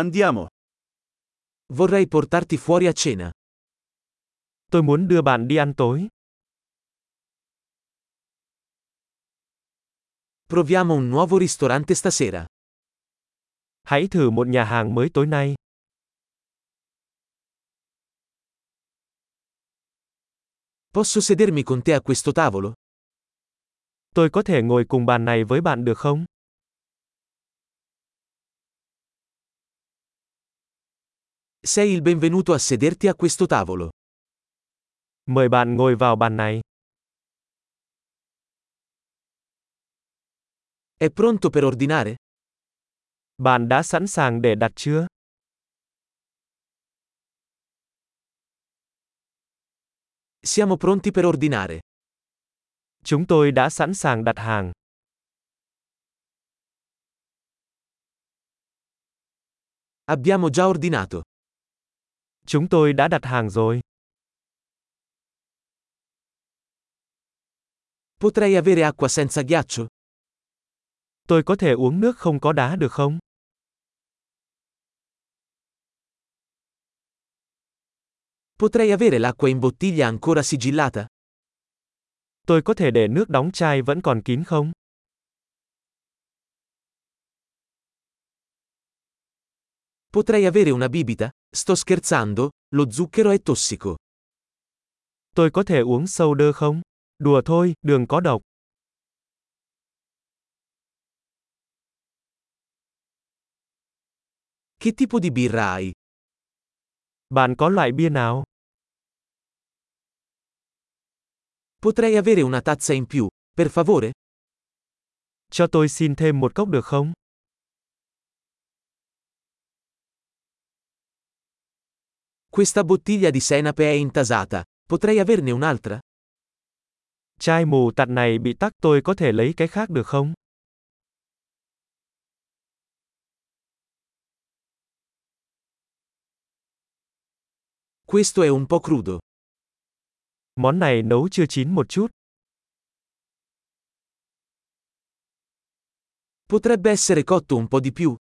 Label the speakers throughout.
Speaker 1: Andiamo. Vorrei portarti fuori a cena.
Speaker 2: Tôi muốn đưa bạn đi ăn tối.
Speaker 1: Proviamo un nuovo ristorante stasera.
Speaker 2: Hãy thử một nhà hàng mới tối nay.
Speaker 1: Posso sedermi con te a questo tavolo?
Speaker 2: Tôi có thể ngồi cùng bàn này với bạn được không?
Speaker 1: Sei il benvenuto a sederti a questo tavolo.
Speaker 2: Mời bạn ngồi vào bàn này.
Speaker 1: È pronto per ordinare?
Speaker 2: Bạn đã sẵn sàng để đặt chưa?
Speaker 1: Siamo pronti per ordinare.
Speaker 2: Chúng tôi đã sẵn sàng đặt hàng.
Speaker 1: Abbiamo già ordinato.
Speaker 2: Chúng tôi đã đặt hàng rồi.
Speaker 1: Potrei avere acqua senza ghiaccio?
Speaker 2: Tôi có thể uống nước không có đá được không?
Speaker 1: Potrei avere l'acqua in bottiglia ancora sigillata?
Speaker 2: Tôi có thể để nước đóng chai vẫn còn kín không?
Speaker 1: Potrei avere una bibita? Sto scherzando, lo zucchero è tossico.
Speaker 2: Tôi có thể uống soda không? Đùa thôi, đường có độc.
Speaker 1: Che tipo di birra hai?
Speaker 2: Bạn có loại bia nào?
Speaker 1: Potrei avere una tazza in più, per favore?
Speaker 2: Cho tôi xin thêm một cốc được không?
Speaker 1: Questa bottiglia di senape è intasata. Potrei averne un'altra?
Speaker 2: Chai mù tạt này bị tắc, tôi có thể lấy cái khác được không?
Speaker 1: Questo è un po' crudo.
Speaker 2: Món này nấu chưa chín một chút,
Speaker 1: Potrebbe essere cotto un po' di più.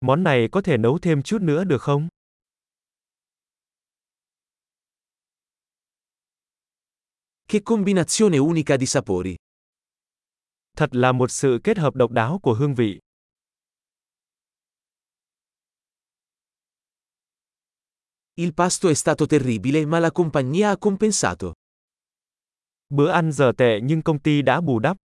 Speaker 2: món này có thể nấu thêm chút nữa được không?
Speaker 1: Che combinazione unica di sapori.
Speaker 2: Thật là một sự kết hợp độc đáo của hương vị.
Speaker 1: Il pasto è stato terribile ma la compagnia ha compensato.
Speaker 2: Bữa ăn dở tệ nhưng công ty đã bù đắp.